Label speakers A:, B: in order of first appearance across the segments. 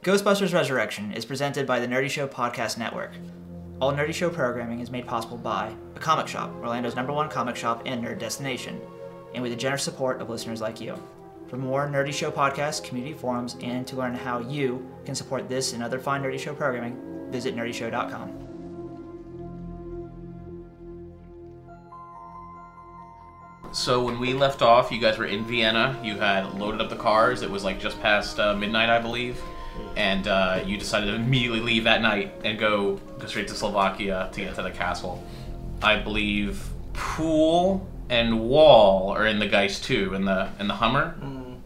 A: Ghostbusters Resurrection is presented by the Nerdy Show Podcast Network. All Nerdy Show programming is made possible by a comic shop, Orlando's number one comic shop and nerd destination, and with the generous support of listeners like you. For more Nerdy Show podcasts, community forums, and to learn how you can support this and other fine Nerdy Show programming, visit nerdyshow.com.
B: So when we left off, you guys were in Vienna. You had loaded up the cars. It was like just past uh, midnight, I believe, and uh, you decided to immediately leave that night and go go straight to Slovakia to get to the castle. I believe Pool and Wall are in the Geist two in the in the Hummer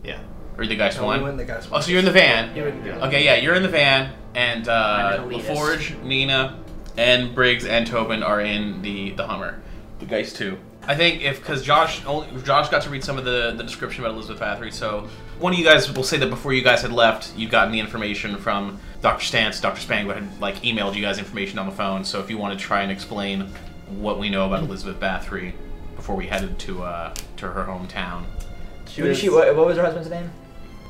C: Yeah.
B: or the Geist
D: No,
B: one.
D: we win the guys.
B: Oh, so you're in the van.
D: You would-
B: Okay, yeah, you're in the van, and
E: I'm
B: uh,
E: gonna lead us.
B: LaForge, Nina, and Briggs and Tobin are in the the Hummer. The guys too. I think if because Josh only Josh got to read some of the the description about Elizabeth Bathory, so one of you guys will say that before you guys had left, you'd gotten the information from Dr. Stantz, Dr. Spangler had like emailed you guys information on the phone. So if you want to try and explain what we know about Elizabeth Bathory before we headed to uh, to her hometown,
A: Who did she? What, what was her husband's name?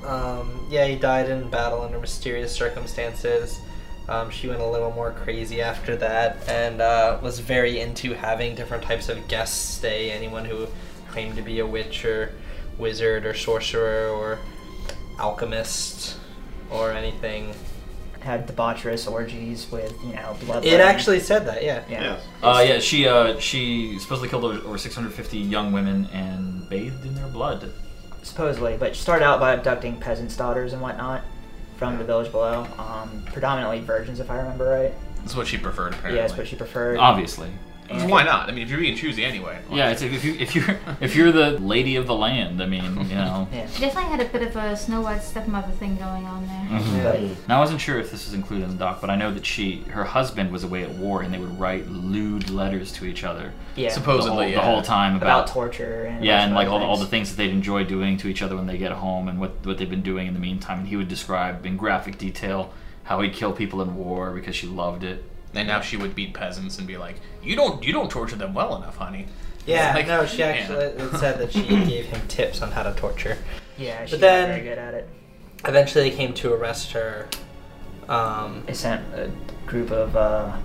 D: Um, yeah, he died in battle under mysterious circumstances. Um, she went a little more crazy after that and uh, was very into having different types of guests stay. Anyone who claimed to be a witch or wizard or sorcerer or alchemist or anything.
A: Had debaucherous orgies with you know blood.
D: It actually said that, yeah.
A: Yeah.
C: Yes.
E: Uh, yeah, she uh, she supposedly killed over, over 650 young women and bathed in their blood.
A: supposedly, but she started out by abducting peasants' daughters and whatnot from the village below. Um, predominantly virgins, if I remember right.
B: that's what she preferred apparently.
A: Yeah, that's what she preferred.
E: Obviously.
A: And-
B: Why not? I mean, if you're being choosy anyway. why
E: Yeah, it's, if you if you're if you're the lady of the land, I mean, you know.
A: Yeah.
F: She definitely had a bit of a Snow White stepmother thing going on there.
D: Mm-hmm.
A: But
E: Now I wasn't sure if this was included in the doc, but I know that she her husband was away at war and they would write lewd letters to each other
A: yeah.
B: Suppo-
E: the whole,
B: Supposedly,
E: the whole
B: yeah.
E: time
A: about
E: about,
A: torture and
E: yeah, and
A: bunch
E: like
A: of
E: all
A: other
E: the, all the things that they'd enjoy doing to each other when they get home and what what they've been doing in the meantime. And he would describe in graphic detail how he'd kill people in war because she loved it.
B: And now she would beat peasants and be like, "You don't, you don't torture them well enough, honey."
D: Yeah,
B: Like,
D: no, she
B: yeah.
D: actually it said that she gave him tips on how to torture.
A: Yeah, she's
D: then-
A: very good at it.
D: Eventually, they came to arrest her. Um,
A: They sent a group of, uh,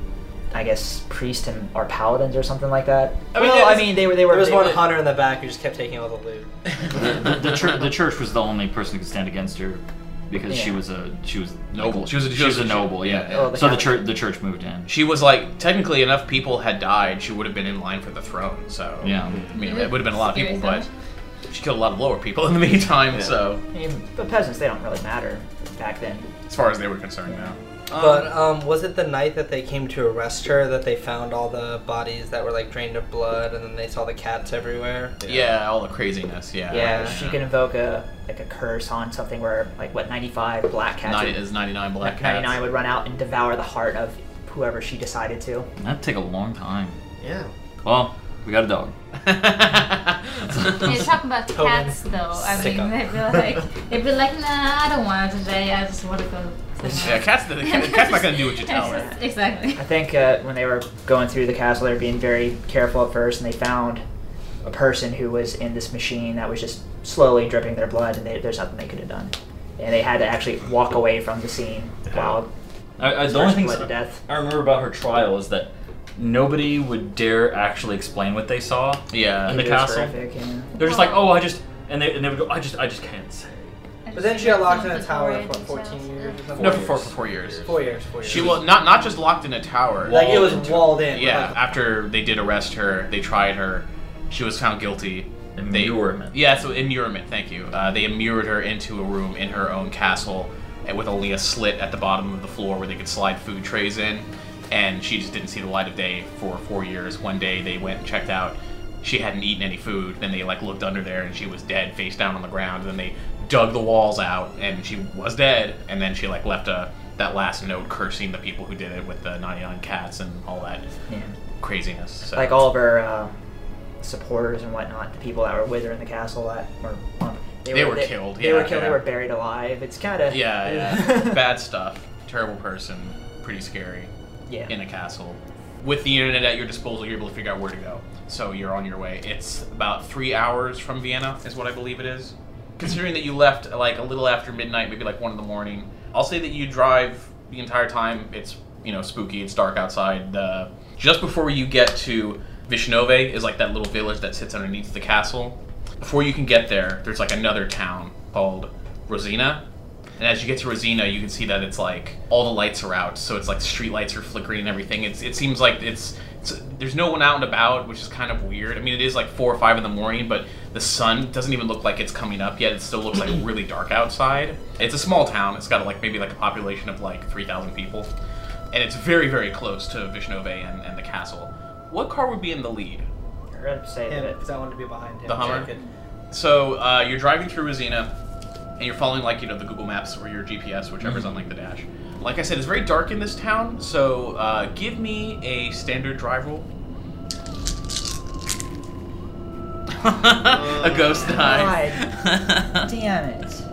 A: I guess, priests and or paladins or something like that.
B: I mean,
A: well,
B: there
A: I
B: was-
A: mean, they were they were.
D: there was
A: they
D: one
A: were-
D: hunter in the back who just kept taking all the loot.
C: Um,
E: The, the, the, chur- the church was the only person who could stand against her because she
A: Yeah.
E: was a she was
B: Noble.
E: She was a, she was a noble. Yeah.
B: yeah.
A: Oh, they
E: so the
A: have-
E: church the church moved in.
B: She was like, technically, enough people had died, she would have been in line for the throne. So
E: Yeah.
B: I mean, it would have been a lot of
F: Scary
B: people, but
F: stuff.
B: she killed a lot of lower people in the meantime.
C: Yeah.
B: So
A: I mean, but peasants they don't really matter back then.
B: as far as they were concerned, now.
D: But um, was it the night that they came to arrest her that they found all the bodies that were like drained of blood, and then they saw the cats everywhere?
B: yeah, all the craziness. Yeah.
D: uh,
A: Yeah, she can invoke a like a curse on something where like what ninety five black cats.
B: Ninety
A: would-
B: is ninety-nine black cats.
A: 99 would run out and devour the heart of whoever she decided to.
E: That'd take a long time.
C: Yeah.
E: Well, we got a dog.
F: Yeah, you're talking about
D: Totally.
F: cats, though. I
D: Sick of-
F: mean, they'd be like, they'd be like, nah, I don't want it today. I just want to go. somewhere."
B: yeah, cats. The, cat's not gonna do what you tell her.
F: Exactly.
A: I think uh, when they were going through the castle, they were being very careful at first, and they found a person who was in this machine that was just slowly dripping their blood, and they, there's nothing they could have done. And they had to actually walk away from the scene while
E: I, I,
A: This
E: the only
A: person
E: thing
A: bled to death.
E: I remember about her trial is that nobody would dare actually explain what they saw.
B: Yeah.
E: And the
A: it was
E: castle?
A: horrific, and-
E: They're just like, oh, I just, and they, and they would go, I just, I just can't say.
D: But then she got locked in a tower for what, 14 years or something.
B: No, for four for four years.
D: Four years. Four years.
B: She was not not just locked in a tower.
D: like it was
E: walled into-
D: walled in.
B: Yeah,
D: like,
B: after they did arrest her, they tried her. She was found guilty. They,
E: Immurement.
B: Yeah, so immurement. Thank you. Uh, they immured her into a room in her own castle, and with only a slit at the bottom of the floor where they could slide food trays in. And she just didn't see the light of day for four years. One day they went and checked out. She hadn't eaten any food. Then they like looked under there, and she was dead, face down on the ground. Then they dug the walls out, and she was dead. And then she like left a that last note cursing the people who did it with the 99 cats and all that
A: yeah.
B: craziness. So.
A: Like all of her uh, supporters and whatnot, the people that were with her in the castle that were. um,
B: They were killed,
A: They were
B: yeah,
A: killed.
B: yeah.
A: They were buried alive. It's kind of
B: Yeah, yeah. Bad stuff. Terrible person. Pretty scary.
A: yeah.
B: In a castle. With the internet at your disposal, you're able to figure out where to go. So you're on your way. It's about three hours from Vienna, is what I believe it is. Considering that you left like a little after midnight, maybe like one in the morning, I'll say that you drive the entire time. It's you know spooky. It's dark outside. Uh, just before you get to Vishnove is like that little village that sits underneath the castle. Before you can get there, there's like another town called Rosina. And as you get to Rosina, you can see that it's like all the lights are out, so it's like street lights are flickering and everything. It's it seems like it's, it's there's no one out and about, which is kind of weird. I mean, it is like four or five in the morning, but the sun doesn't even look like it's coming up yet. It still looks like really dark outside. It's a small town. It's got like maybe like a population of like three thousand people, and it's very very close to Vishnove and, and the castle. What car would be in the lead?
A: You're gonna say
D: Him,
A: that.
D: because I wanted to be behind him.
B: The Hummer?
D: so I could-
B: So uh, you're driving through Rosina, and you're following like you know the Google Maps or your GPS, whichever's on like the dash. Like I said, it's very dark in this town, so uh, give me a standard drive roll. a ghost die.
A: Damn it.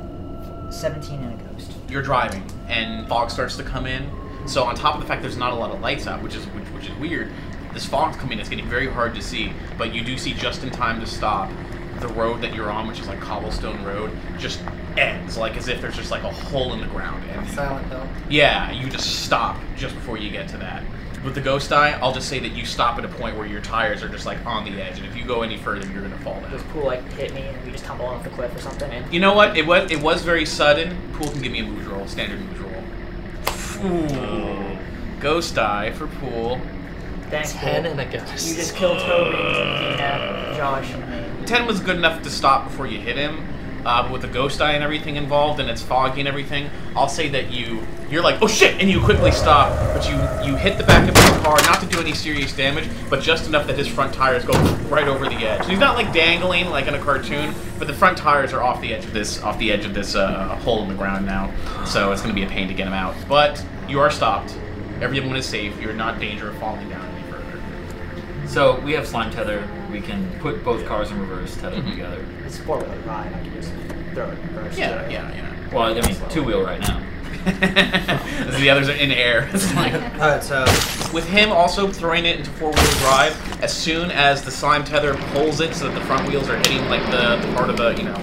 A: 17 and a ghost.
B: you're driving and fog starts to come in. So on top of the fact there's not a lot of lights out, which is which, which is weird, this fog's coming. in, It's getting very hard to see, but you do see just in time to stop the road that you're on, which is like cobblestone road, just ends like as if there's just like a hole in the ground. And
D: Silent Hill.
B: yeah, you just stop just before you get to that. With the ghost eye, I'll just say that you stop at a point where your tires are just like on the edge, and if you go any further, you're gonna fall down.
A: Does Pool like hit me and we just tumble off the cliff or something? And
B: You know what? It was it was very sudden. Pool can give me a mood roll, standard mood roll. Ooh. Ghost eye for pool.
A: thanks,
D: Ten
A: Pool.
D: and a ghost.
A: You just killed Toby, Tina, Josh, and me.
B: Ten was good enough to stop before you hit him. Uh, but with the ghost eye and everything involved, and it's foggy and everything, I'll say that you you're like oh shit, and you quickly stop, but you you hit the back of his car, not to do any serious damage, but just enough that his front tires go right over the edge. So he's not like dangling like in a cartoon, but the front tires are off the edge of this off the edge of this uh, hole in the ground now. So it's gonna be a pain to get him out. But you are stopped. Everyone is safe. You're not in danger of falling down any further.
E: So we have slime tether. We can put both cars in reverse, tether
B: Mhm.
E: together.
A: It's a four wheeler ride. I can just throw it first.
B: Yeah, yeah, yeah.
E: Well, I mean, two wheel right now.
B: the others are in air. It's like-
D: Alright, so
B: with him also throwing it into four wheel drive, as soon as the slime tether pulls it so that the front wheels are hitting like the, the part of the you know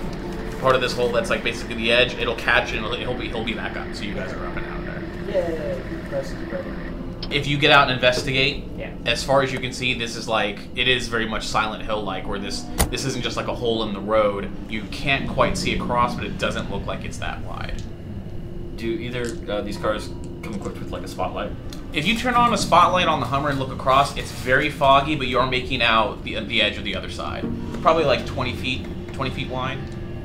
B: part of this hole that's like basically the edge, it'll catch and it'll, it'll be he'll be back up. So you guys are up and out of there.
A: Yeah. Close is broken.
B: If you get out and investigate,
A: Yeah.
B: as far as you can see, this is like it is very much Silent Hill like, where this this isn't just like a hole in the road. You can't quite see across, but it doesn't look like it's that wide.
E: Do either uh, these cars come equipped with like a spotlight?
B: If you turn on a spotlight on the Hummer and look across, it's very foggy, but you are making out the, the edge of the other side. Probably like 20 feet, 20 feet wide.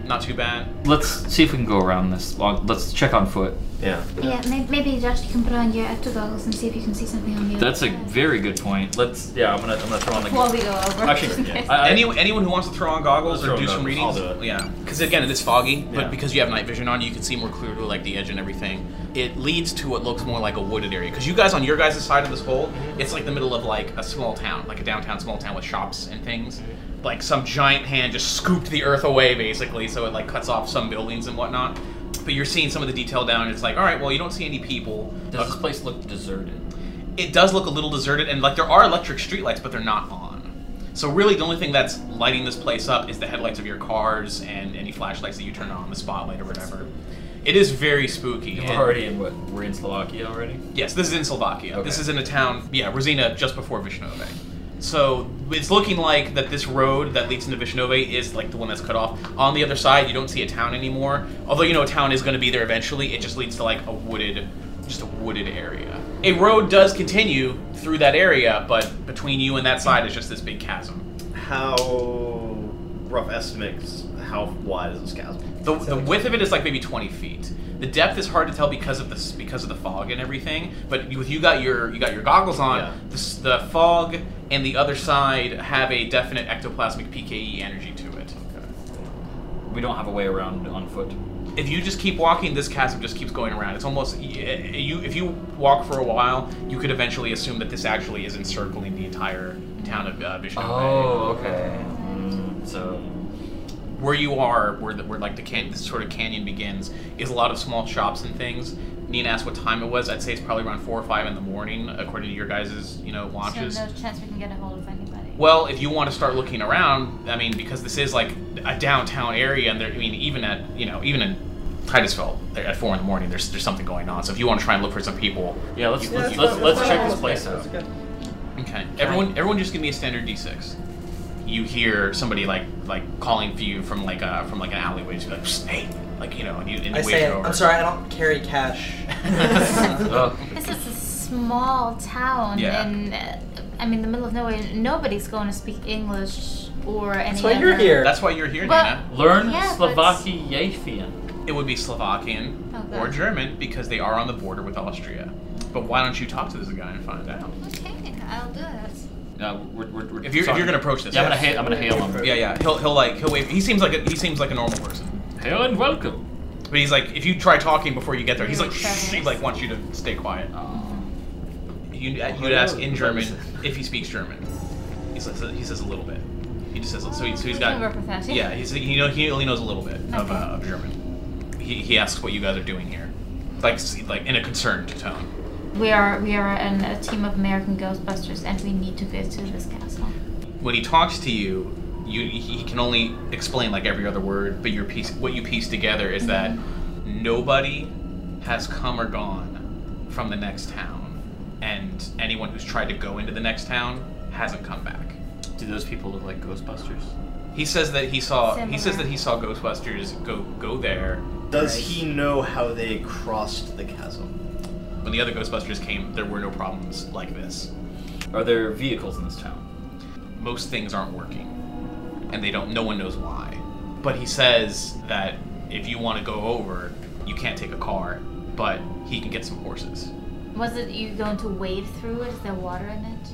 B: Not too bad.
E: Let's see if we can go around this. Well, Let's check on foot.
D: Yeah.
F: Yeah, may- maybe Josh, you can put on your goggles and see if you can see something on the other
E: That's a
F: side.
E: very good point. Let's. Yeah, I'm gonna. I'm gonna throw on the.
F: Before we go over.
E: Actually, yeah. I-
B: Uh, Any, anyone who wants to throw on goggles
E: I'll
B: or do
E: throw
B: some
E: goggles.
B: readings,
E: I'll do it.
B: yeah. Because again, it's foggy,
E: Yeah.
B: but because you have night vision on, you can see more clearly like the edge and everything. It leads to what looks more like a wooded area. Because you guys on your guys' side of this hole,
E: Mm-hmm.
B: it's like the middle of like a small town, like a downtown small town with shops and things. Like some giant hand just scooped the earth away, basically, so it like cuts off some buildings and whatnot. But you're seeing some of the detail down, and it's like, all right, well, you don't see any people.
E: Does this place look deserted?
B: It does look a little deserted, and like there are electric streetlights, but they're not on. So really, the only thing that's lighting this place up is the headlights of your cars and any flashlights that you turn on, the spotlight or whatever. It is very spooky.
E: We're
B: and-
E: already in what? We're in Slovakia already.
B: Yes, this is in Slovakia.
E: Okay.
B: This is in a town, yeah, Rosina, just before Vishnove. So it's looking like that this road that leads into Vishnove is like the one that's cut off. On the other side, you don't see a town anymore. Although you know a town is going to be there eventually, it just leads to like a wooded, just a wooded area. A road does continue through that area, but between you and that side is just this big chasm.
C: How rough estimates? How wide is this chasm?
B: The, the width of it is like maybe 20 feet. The depth is hard to tell because of this because of the fog and everything. But you- with you got your you got your goggles on,
C: Yeah.
B: this, the fog and the other side have a definite ectoplasmic PKE energy to it.
E: We don't have a way around on foot.
B: If you just keep walking, this chasm just keeps going around. It's almost y- you if you walk for a while, you could eventually assume that this actually is encircling the entire town of uh, Vishnu.
E: Oh, okay. Mm, so
B: where you are, where the, where like the can- this sort of canyon begins, is a lot of small shops and things. Nina asked what time it was. I'd say it's probably around four or five in the morning, according to your guys' you know watches.
F: So no chance we can get a hold of anybody.
B: Well, if you want to start looking around, I mean, because this is like a downtown area, and there, I mean, even at you know, even in Titusville at four in the morning. There's there's something going on. So if you want to try and look for some people,
G: Yeah, let's
B: you-
G: let's,
B: you-
G: let's, let's check this
C: Okay,
G: place out.
C: that's good.
B: Okay. Everyone, everyone, just give me a standard D6. You hear somebody like like calling for you from like a from like an alleyway. Just be like, "Psst, hey, like you know, and you and
D: I
B: you
D: say,
B: wave over.
D: I'm sorry, I don't carry cash.
E: Oh.
F: This is a small town
B: Yeah.
F: in, uh, I mean, the middle of nowhere. Nobody's going to speak English or any.
D: That's why you're
F: other-
D: here.
B: That's why you're here,
F: Well-
B: Nina.
E: Learn
F: Yeah, but-
E: Slovakian.
B: It would be Slovakian
F: Oh,
B: or
F: God.
B: German because they are on the border with Austria. But why don't you talk to this guy and find out?
F: Okay, I'll do it.
E: No, Uh, we're, we're, we're
B: If you're- if
E: sorry.
B: you're gonna approach this,
E: yeah, I'm gonna
B: yes.
E: hail. I'm gonna hail him.
B: Yeah, yeah. He'll he'll like he'll wave. He seems like a, he seems like a normal person.
E: Hail and welcome.
B: But he's like, if you try talking before you get there, he's like,
F: You're
B: "Shh," he like wants you to stay quiet.
E: Oh.
B: You you'd ask in German if he speaks German. He says he says a little bit. He just says so. He, so he's
F: We
B: got
F: can work with that, yeah.
B: yeah. He's you know he only knows a little bit of, uh,
F: Okay.
B: of German. He, he asks what you guys are doing here, like s- like in a concerned tone.
F: We are we are an, a team of American Ghostbusters, and we need to get to this castle.
B: When he talks to you, you he can only explain like every other word. But your piece what you piece together is that
F: Mm-hmm.
B: nobody has come or gone from the next town, and anyone who's tried to go into the next town hasn't come back.
E: Do those people look like Ghostbusters?
B: He says that he saw. He
F: Similar.
B: says that he saw Ghostbusters go go there
C: Does he know how they crossed the chasm?
B: when the other Ghostbusters came. There were no problems like this.
E: Are there vehicles in this town?
B: Most things aren't working, and they don't. No one knows why. But he says that if you want to go over, you can't take a car, but he can get some horses.
F: Was it you going to wade through it? Is there water in it?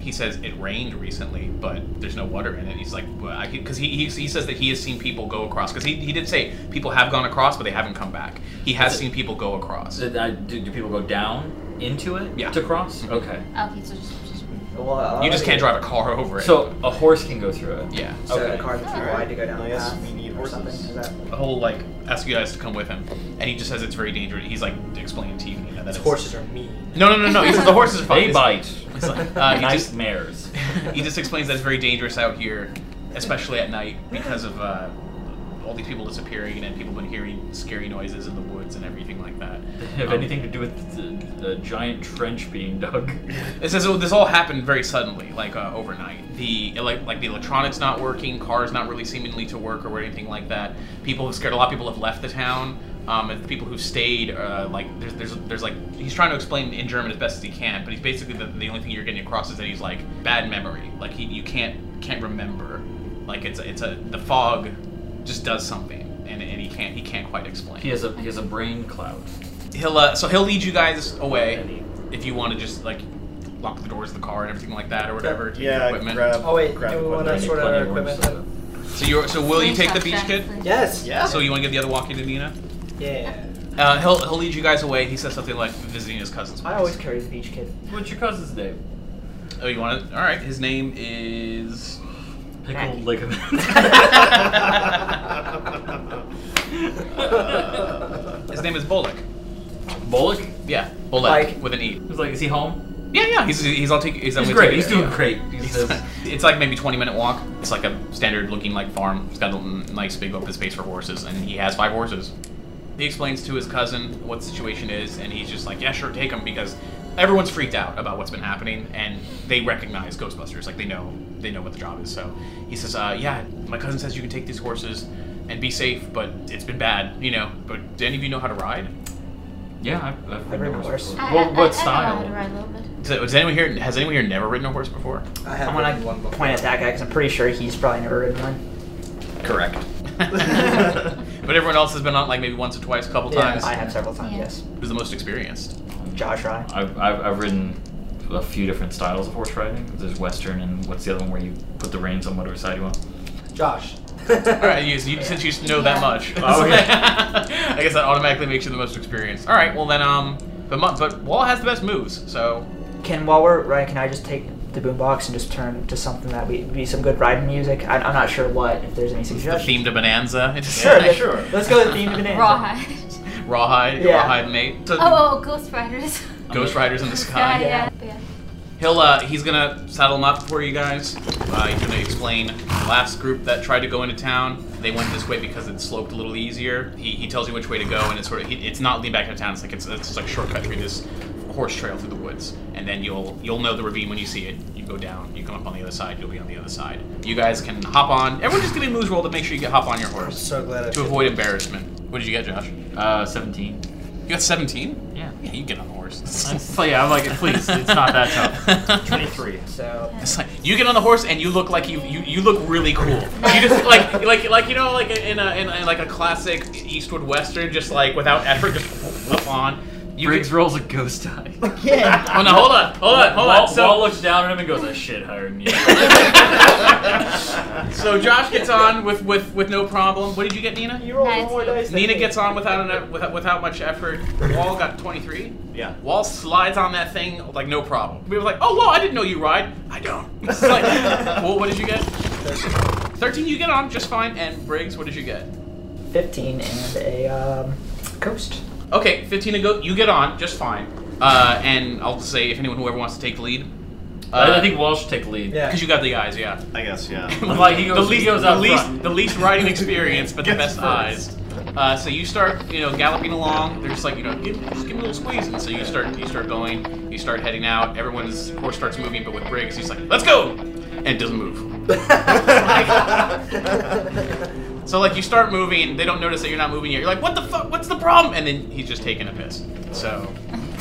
B: He says it rained recently, but there's no water in it. He's like, because he, he he says that he has seen people go across. Because he, he did say people have gone across, but they haven't come back. He has
E: Is it-
B: seen people go across.
E: So, uh, do, do people go down into it
B: Yeah.
E: to cross?
B: Mhm.
E: Okay.
F: Okay, so Oh, just, just
A: Well,
B: You just can't drive a car over it.
E: So a horse can go through it.
B: yeah.
A: So
E: Okay.
A: the car that's too wide to go down
C: I
A: the
C: guess
A: path
C: we need
A: or something.
C: horses.
A: Is that
B: whole like ask you guys to come with him, and he just says it's very dangerous. He's like explaining to you, you know, that it's,
D: Horses are mean.
B: No, no, no, no. He says the horses are fine.
E: They
B: It's-
E: bite.
B: it's like, uh, he just
E: Nightmares.
B: he just explains that it's very dangerous out here, especially at night because of uh, all these people disappearing and people been hearing scary noises in the woods and everything like that.
E: have
B: Um,
E: anything to do with the, the giant trench being dug.
B: It says oh, this all happened very suddenly, like uh, overnight. The like, like the electronics not working, cars not really seemingly to work or anything like that. People have scared. A lot of people have left the town. Um, and the people who stayed, uh, like there's, there's there's like he's trying to explain in German as best as he can, but he's basically the, the only thing you're getting across is that he's like bad memory. Like he, you can't can't remember. Like it's a, it's a the fog just does something, and, and he can't he can't quite explain.
E: He has a he has a brain cloud.
B: He'll uh, so he'll lead you guys away if you want to just like lock the doors of the car and everything like that or whatever. take your
C: Yeah,
B: equipment.
C: grab.
D: Oh, wait,
C: grab
D: do we wanna
C: equipment.
D: sort out our equipment then?
B: So you so will you take the beach kid?
D: Yes.
C: Yeah.
B: So you want to give the other walkie to Nina?
D: Yeah.
B: Uh, he'll he'll lead you guys away. He says something like visiting his cousin's place.
A: I always carry the beach kid.
E: What's your cousin's name?
B: Oh, you want to? All right. His name is.
E: Pickle ligament.
B: His name is Bolek.
E: Bullock?
B: Yeah, Bolek
E: Like-
B: with an e.
E: He's like, is he home?
B: Yeah, yeah. He's he's on take. He's, on
E: He's
B: the
E: great.
B: ticket,
E: He's doing
B: yeah.
E: great. He says,
B: it's like maybe 20 minute walk. It's like a standard looking like farm. It's got a nice big open space for horses, and he has five horses. He explains to his cousin what the situation is, and he's just like, yeah, sure, take them because everyone's freaked out about what's been happening, and they recognize Ghostbusters. Like they know they know what the job is. So he says, uh, yeah, my cousin says you can take these horses and be safe, but it's been bad, you know. But do any of you know how to ride?
E: yeah, I've, I've ridden
A: ridden
E: a
A: a
E: horse.
A: horse.
E: before." What, what
F: I, know how to
E: style?
F: ride a little bit.
B: Does, does anyone here has anyone here never ridden a horse before?
D: I
A: I
D: have
A: want
D: written one
A: to
D: before.
A: point at that guy because I'm pretty sure he's probably never ridden one.
C: Correct.
B: but everyone else has been on like maybe once or twice, a couple
D: Yeah,
B: times.
A: I have several times.
F: Yeah.
A: Yes,
B: Who's the most experienced?
A: Josh Rye.
E: I've, I've, I've ridden a few different styles of horse riding. There's Western, and what's the other one where you put the reins on whatever side you want?
D: Josh.
B: All right, you, you, since you know that
F: Oh.
B: much,
F: Yeah.
E: Oh, okay.
B: I guess that automatically makes you the most experienced. All right, well then, um, but Mo- but Wall has the best moves, so
A: Can while we're riding, can I just take the boombox and just turn to something that we be some good riding music? I, I'm not sure what. If there's any
B: the
A: suggestions.
B: theme to Bonanza. It's
A: Sure,
C: Yeah,
A: let's-
C: sure.
A: Let's go with the theme of Bonanza.
F: Rawhide.
B: Rawhide,
A: Yeah.
B: Rawhide mate. So,
F: Oh, oh, Ghost Riders.
B: Ghost Riders in the
F: yeah,
B: Sky.
F: yeah, yeah.
B: He'll uh, he's gonna saddle him up for you guys. Uh, he's gonna explain the last group that tried to go into town. they went this way because it sloped a little easier. He, he tells you which way to go, and it's sort of he, it's not lead back into town. It's like it's, it's just like a shortcut through this horse trail through the woods, and then you'll you'll know the ravine when you see it. You go down, you come up on the other side, you'll be on the other side. You guys can hop on. Everyone just give me a moves roll to make sure you get hop on your horse
D: So glad I
B: to avoid embarrassment. What did you get, Josh?
E: Uh, 17.
B: You got 17.
E: Yeah.
B: Yeah, you get on the horse.
E: I'm, so yeah, I'm like, please, it's not that tough.
A: Twenty-three. So
B: It's like you get on the horse and you look like you you, you look really cool. You just like like like you know like in a, in a like a classic Eastwood Western, just like without effort, just up on. You
E: Briggs
B: get-
E: rolls a ghost die.
A: yeah.
B: oh no! Hold on! Hold on! Hold
E: Wall,
B: on! So,
E: Wall looks down at him and goes, "I shit higher than you."
B: so Josh gets on with with with no problem. What did you get, Nina?
C: You roll
F: Nice.
C: more dice. than
B: Nina
C: me.
B: gets on without an, without without much effort. Wall got twenty three.
C: Yeah.
B: Wall slides on that thing like no problem. We were like, oh, Wall, I didn't know you ride. I don't. It's like, well, what did you get? Thirteen. You get on just fine. And Briggs, what did you get?
A: 15 and a um, coast.
B: Okay, 15 to go. You get on just fine. Uh, and I'll just say if anyone whoever wants to take the lead,
E: I I think Wall should take the lead.
D: Yeah.
B: because you got the eyes, yeah.
C: I guess, yeah.
E: Like he goes,
B: the least,
E: he goes
B: the
E: up
B: least,
E: front.
B: the least riding experience, but the
C: Gets
B: best
C: first.
B: eyes. Uh, so you start, you know, galloping along. They're just like, you know, give, just give me a little squeeze. And so you start, you start going, you start heading out. Everyone's horse starts moving, but with Briggs, he's like, let's go, and it doesn't move. So like you start moving, they don't notice that you're not moving yet. You're like, what the fuck? What's the problem? And then he's just taking a piss. So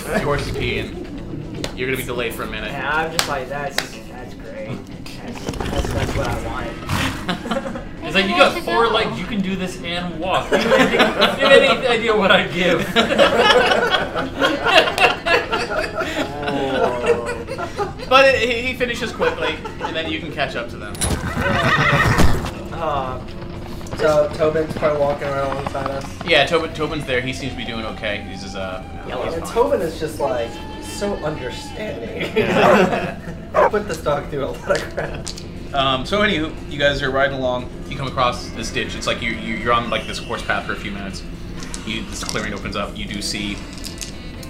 B: your horse is peeing. You're gonna be delayed for a minute.
A: And I'm just like, that's that's great. That's, that's, that's what I wanted.
E: It's like you got four legs, you can do this and walk. You have any- you have any idea what I give?
A: Oh.
B: But it, he- he finishes quickly, and then you can catch up to them.
A: Uh,
D: So Tobin's probably walking right alongside us.
B: Yeah, Tobin, Tobin's there. He seems to be doing okay. He's just uh. he's
D: And
B: fine.
D: Tobin is just like so understanding.
C: Yeah.
D: I put this dog through a lot of crap.
B: Um, so anywho, you guys are riding along. You come across this ditch. It's like you, you you're on like this horse path for a few minutes. You, this clearing opens up. You do see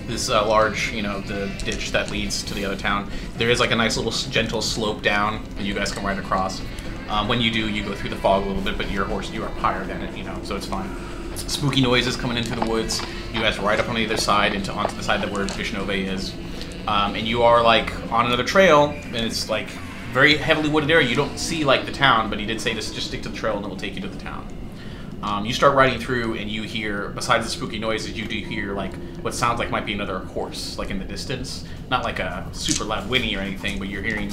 B: this uh, large, you know, the ditch that leads to the other town. There is like a nice little s- gentle slope down that you guys can ride across. Um, when you do, you go through the fog a little bit, but your horse you are up higher than it, you know, so it's fine. Spooky noises coming into the woods. You guys ride up on the other side into onto the side that where Vishnove is, um, and you are like on another trail, and it's like very heavily wooded area. You don't see like the town, but he did say just just stick to the trail and it will take you to the town. Um, you start riding through, and you hear, besides the spooky noises, you do hear like what sounds like might be another horse, like in the distance. Not like a super loud whinny or anything, but you're hearing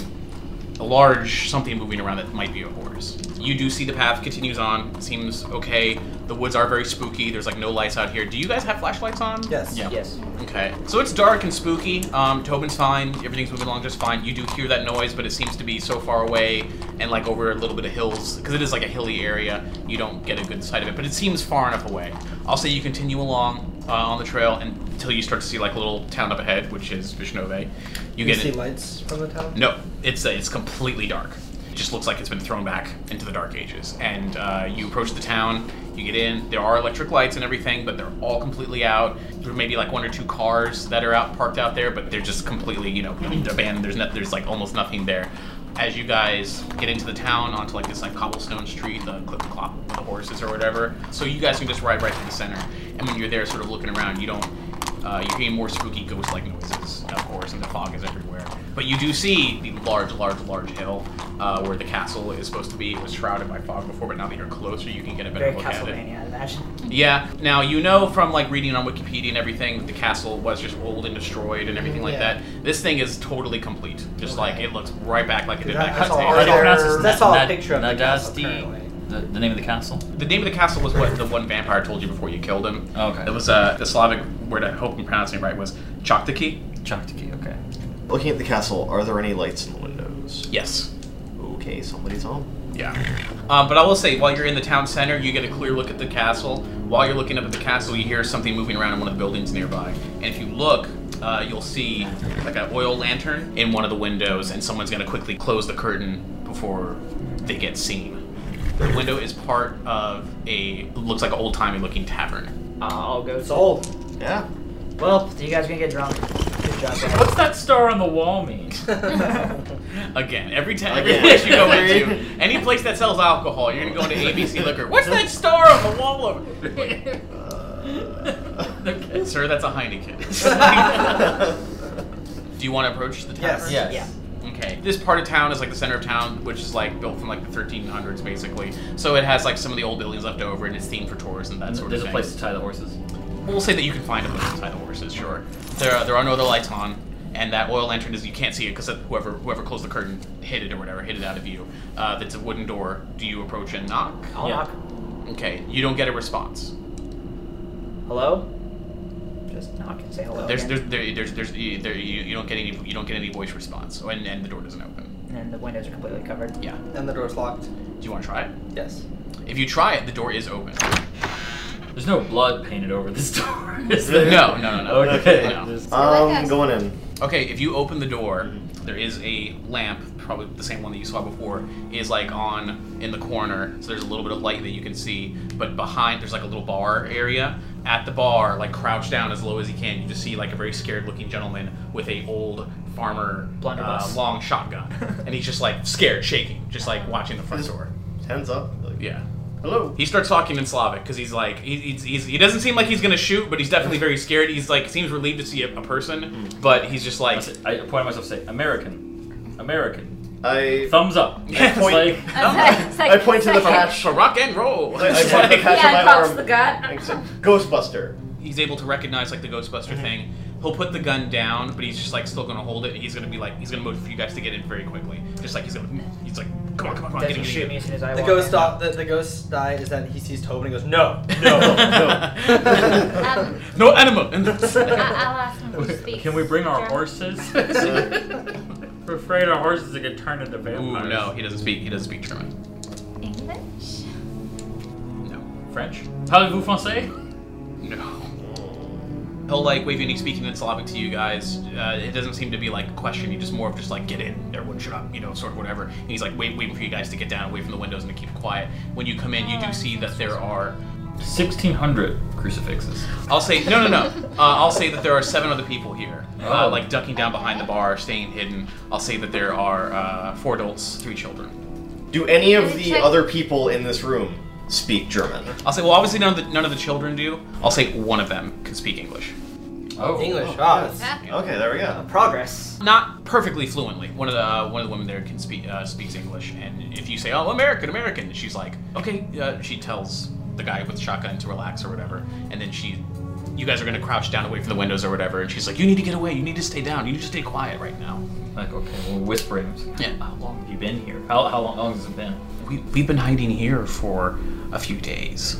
B: a large something moving around that might be a horse. You do see the path continues on. Seems okay. The woods are very spooky. There's like no lights out here. Do you guys have flashlights on?
D: Yes.
E: Yeah.
A: yes.
B: Okay. So it's dark and spooky. Um, Tobin's fine. Everything's moving along just fine. You do hear that noise, but it seems to be so far away and like over a little bit of hills because it is like a hilly area. You don't get a good sight of it, but it seems far enough away. I'll say you continue along uh, on the trail until you start to see like a little town up ahead, which is Vishnove. You
D: You
B: get
D: see
B: it.
D: lights from the town?
B: No, it's uh, it's completely dark. It just looks like it's been thrown back into the dark ages. And uh, you approach the town, you get in. There are electric lights and everything, but they're all completely out. There may be like one or two cars that are out parked out there, but they're just completely you know abandoned. There's no, there's like almost nothing there. As you guys get into the town onto like this like cobblestone street, the clip clop with the horses or whatever, so you guys can just ride right to the center. And when you're there, sort of looking around, you don't uh, you're hearing more spooky ghost-like noises, of course, and the fog is everywhere. But you do see the large, large, large hill uh, where the castle is supposed to be. It was shrouded by fog before, but now that you're closer, you can get a better
A: Very
B: look at it.
A: Castlevania, I imagine.
B: Yeah. Now you know from like reading on Wikipedia and everything that the castle was just old and destroyed and everything like
D: Yeah.
B: that. This thing is totally complete. Just like it looks right back like it did
D: That-
B: back in
D: that's
B: the
D: all
B: day.
D: I
E: How do you pronounce this?
D: That's all a
E: Nad-
D: picture of the castle
E: Nadasti-
D: currently.
E: The, the name of the castle.
B: The name of the castle was what the one vampire told you before you killed him.
E: Okay.
B: It was uh, the Slavic word. I hope I'm pronouncing it right. Was Choktaki.
E: Chaktiki. Okay.
C: Looking at the castle, are there any lights in the windows?
B: Yes.
C: Okay, somebody's home.
B: Yeah. Um, but I will say, while you're in the town center, you get a clear look at the castle. While you're looking up at the castle, you hear something moving around in one of the buildings nearby. And if you look, uh, you'll see like an oil lantern in one of the windows, and someone's gonna quickly close the curtain before they get seen. The window is part of a looks like an old timey looking tavern.
A: I'll go sold.
C: Yeah.
A: Well, you guys are gonna get drunk.
D: Good job,
E: What's that star on the wall mean?
D: guys.
B: Again, every time, every
C: Again.
B: place you go
E: Agreed.
B: into, any place that sells alcohol, you're gonna go into ABC Liquor. What's that star on the wall over? there?"
C: Uh,
B: Okay, Sir, that's a Heineken. Do you want to approach the tavern?
D: Yes.
C: Yes.
A: Yeah.
B: Okay. This part of town is like the center of town, which is like built from like the 1300s, basically. So it has like some of the old buildings left over, and it's themed for tourism, that sort
E: There's
B: of
E: a
B: thing.
E: place to tie the horses.
B: We'll say that you can find a place inside the horses. Sure. There, are, there are no other lights on, and that oil lantern is you can't see it because whoever whoever closed the curtain hid it or whatever hid it out of view. Uh, that's a wooden door. Do you approach and knock?
A: I'll
E: Yeah.
A: knock.
B: Okay. You don't get a response.
A: Hello? Just knock and say hello.
B: There's
A: again.
B: there's there, there's there's you, there, you, you don't get any you don't get any voice response, oh, and, and the door doesn't open.
A: And then the windows are completely covered.
B: Yeah.
D: and the door's locked.
B: Do you want to try it?
D: Yes.
B: If you try it, the door is open.
E: There's no blood painted over this door, is
B: No,
E: there?
B: no, no, no.
E: Okay.
B: No.
E: Just-
C: Um, going in.
B: Okay, if you open the door, there is a lamp, probably the same one that you saw before, is like on in the corner. So there's a little bit of light that you can see, but behind there's like a little bar area. At the bar, like crouched down as low as you can, you just see like a very scared-looking gentleman with a old farmer uh,
A: Blunderbuss.
B: long shotgun, and he's just like scared, shaking, just like watching the front door.
C: Hands up. Like,
B: Yeah.
C: Hello.
B: He starts talking in Slavic because he's like he, he's, he's, he doesn't seem like he's gonna shoot, but he's definitely very scared. He's like seems relieved to see a, a person, but he's just like
E: That's it. I point at myself and say, American. American.
C: I
E: Thumbs up.
B: Yeah,
E: It's
B: point-
E: like,
C: I point to the
B: for,
C: patch.
B: for rock and roll.
C: I- I
B: It's
C: point at the
B: like-
C: patch
F: Yeah,
C: on my
F: across
C: arm.
F: the gut.
C: Thanks. Ghostbuster.
B: he's able to recognize like the Ghostbuster thing. He'll put the gun down, but he's just like still gonna hold it. And he's gonna be like he's gonna move for you guys to get in very quickly. Just like he's gonna he's like come on come on come on get
A: Doesn't
B: in,
A: shoot
B: get
A: me
B: in.
A: as soon as I
D: The
A: walk
D: ghost,
A: in.
D: stop, the, the ghost die is that he sees Tobin and goes, no,
C: No,
F: Um,
C: no.
F: I-
B: No Uh, animal. And
F: I'll ask him if he speaks.
E: can we bring our
F: German.
E: horses?
B: uh.
C: Sorry.
E: We're afraid our horses are gonna turn into vampires.
B: Ooh no, he doesn't speak. He doesn't speak German.
F: English?
B: No,
E: French? Parlez-vous français?
B: no. He'll like wave and he's speaking in Slavic to you guys. Uh, it doesn't seem to be like a question. He just more of just like get in, everyone shut up, you know, sort of whatever. And he's like wait, waiting for you guys to get down, away from the windows, and to keep quiet. When you come in, you do see that there are
E: 1600 crucifixes.
B: I'll say no, no, no. Uh, I'll say that there are seven other people here, uh,
E: Oh.
B: like ducking down behind the bar, staying hidden. I'll say that there are uh, four adults, three children.
C: Do any of the
F: Check-
C: other people in this room speak German?
B: I'll say, well, obviously none of the none of the children do. I'll say one of them can speak English,
E: Oh.
D: English. Ah, that's-
F: Huh?
C: Okay, there we go.
A: Progress.
B: not perfectly fluently. One of the uh, one of the women there can speak uh, speaks English, and if you say, oh, American, American, she's like, okay. Uh, she tells the guy with the shotgun to relax or whatever, and then she. You guys are gonna crouch down away from the windows or whatever, and she's like, "You need to get away. You need to stay down. You need to stay quiet right now."
E: Like, okay, we're whispering.
B: Yeah.
E: How long have you been here? How, how, long, how long has it been?
B: We, we've been hiding here for a few days.